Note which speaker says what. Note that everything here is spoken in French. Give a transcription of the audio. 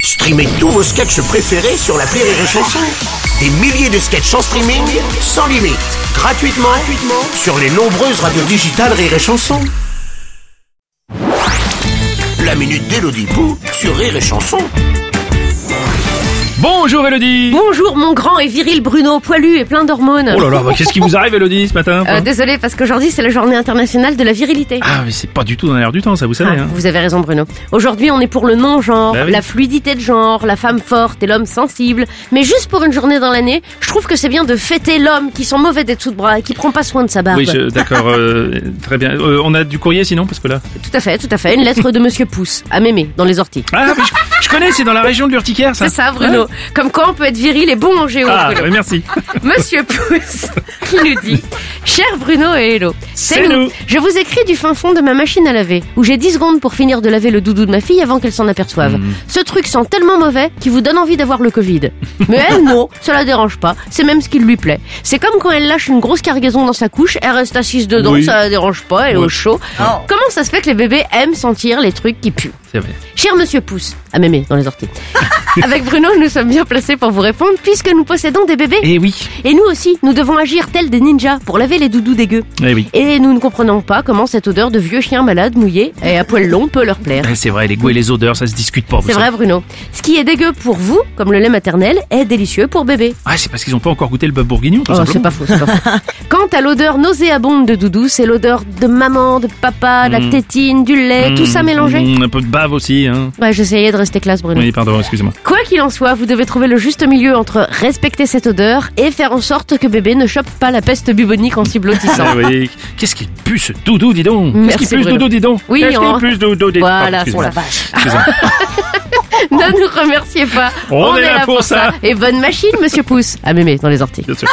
Speaker 1: Streamez tous vos sketchs préférés sur la Rire et Chanson. Des milliers de sketchs en streaming, sans limite, gratuitement, gratuitement sur les nombreuses radios digitales Rire et Chanson. La minute d'Elodie Pou sur Rire et Chanson.
Speaker 2: Bonjour Elodie
Speaker 3: Bonjour mon grand et viril Bruno, poilu et plein d'hormones.
Speaker 2: Oh là là, bah, qu'est-ce qui vous arrive Elodie ce matin
Speaker 3: Euh, désolé parce qu'aujourd'hui c'est la journée internationale de la virilité.
Speaker 2: Ah mais c'est pas du tout dans l'air du temps ça, vous savez.
Speaker 3: Ah,
Speaker 2: hein.
Speaker 3: Vous avez raison Bruno. Aujourd'hui on est pour le non-genre,
Speaker 2: Bah oui.
Speaker 3: la fluidité de genre, la femme forte et l'homme sensible. Mais juste pour une journée dans l'année, je trouve que c'est bien de fêter l'homme qui sent mauvais des dessous de bras et qui prend pas soin de sa barbe.
Speaker 2: Oui, je- d'accord, euh, très bien. Euh, on a du courrier sinon parce que là.
Speaker 3: Tout à fait, tout à fait. Une lettre de Monsieur Pouce à mémé dans les orties.
Speaker 2: Ah mais je, je connais, c'est dans la région de l'urticaire ça.
Speaker 3: C'est ça Bruno. Comme quoi on peut être viril et bon en géo.
Speaker 2: Ah
Speaker 3: Bruno.
Speaker 2: oui, merci.
Speaker 3: Monsieur Pouce qui nous dit Cher Bruno et Hello,
Speaker 2: C'est nous.
Speaker 3: Je vous écris du fin fond de ma machine à laver, où j'ai 10 secondes pour finir de laver le doudou de ma fille avant qu'elle s'en aperçoive.
Speaker 2: Hmm.
Speaker 3: Ce truc sent tellement mauvais qu'il vous donne envie d'avoir le Covid. Mais elle, non, ça la dérange pas, c'est même ce qui lui plaît. C'est comme quand elle lâche une grosse cargaison dans sa couche, elle reste assise dedans,
Speaker 2: Oui.
Speaker 3: ça la dérange pas, elle est
Speaker 2: Oui.
Speaker 3: au chaud. Comment ça se fait que les bébés aiment sentir les trucs qui puent
Speaker 2: C'est vrai.
Speaker 3: Cher monsieur Pouce, à mémé dans les orties. Avec Bruno, nous sommes bien placés pour vous répondre puisque nous possédons des bébés.
Speaker 2: Eh oui.
Speaker 3: Et nous aussi, nous devons agir tels des ninjas pour laver les doudous dégueux.
Speaker 2: Eh oui.
Speaker 3: Et nous ne comprenons pas comment cette odeur de vieux chien malade mouillé et à poil long peut leur plaire.
Speaker 2: Eh, c'est vrai, les goûts et les odeurs, ça se discute pas. vous
Speaker 3: C'est
Speaker 2: savez.
Speaker 3: vrai Bruno. Ce qui est dégueu pour vous, comme le lait maternel, est délicieux pour bébé.
Speaker 2: Ah, c'est parce qu'ils ont pas encore goûté le bœuf bourguignon, tout
Speaker 3: Oh, c'est
Speaker 2: simplement.
Speaker 3: pas faux, c'est pas faux. Quant à l'odeur nauséabonde de doudou, c'est l'odeur de maman, de
Speaker 2: Mm.
Speaker 3: papa, de la tétine, du lait, tout ça
Speaker 2: Mmh,
Speaker 3: mélangé.
Speaker 2: mmh, un peu de bave aussi. Hein.
Speaker 3: Ouais, j'essayais de rester classe Bruno.
Speaker 2: Oui, pardon, excusez-moi.
Speaker 3: Quoi qu'il en soit, vous devez trouver le juste milieu entre respecter cette odeur et faire en sorte que bébé ne chope pas la peste bubonique en s'y blottissant.
Speaker 2: Ah oui. Qu'est-ce qu'il pue ce doudou, dis donc Qu'est-ce
Speaker 3: Merci,
Speaker 2: qu'il pue ce
Speaker 3: Bruno.
Speaker 2: doudou, dis donc
Speaker 3: Oui,
Speaker 2: Qu'est-ce
Speaker 3: on-
Speaker 2: qu'il pue ce doudou, dis Pardon,
Speaker 3: Voilà,
Speaker 2: excusez-moi.
Speaker 3: pour la vache.
Speaker 2: Excusez-moi.
Speaker 3: Ne nous remerciez pas.
Speaker 2: On est là pour ça.
Speaker 3: Ah, Et bonne machine, monsieur Pouce. À mémé dans les orties.
Speaker 2: Bien sûr.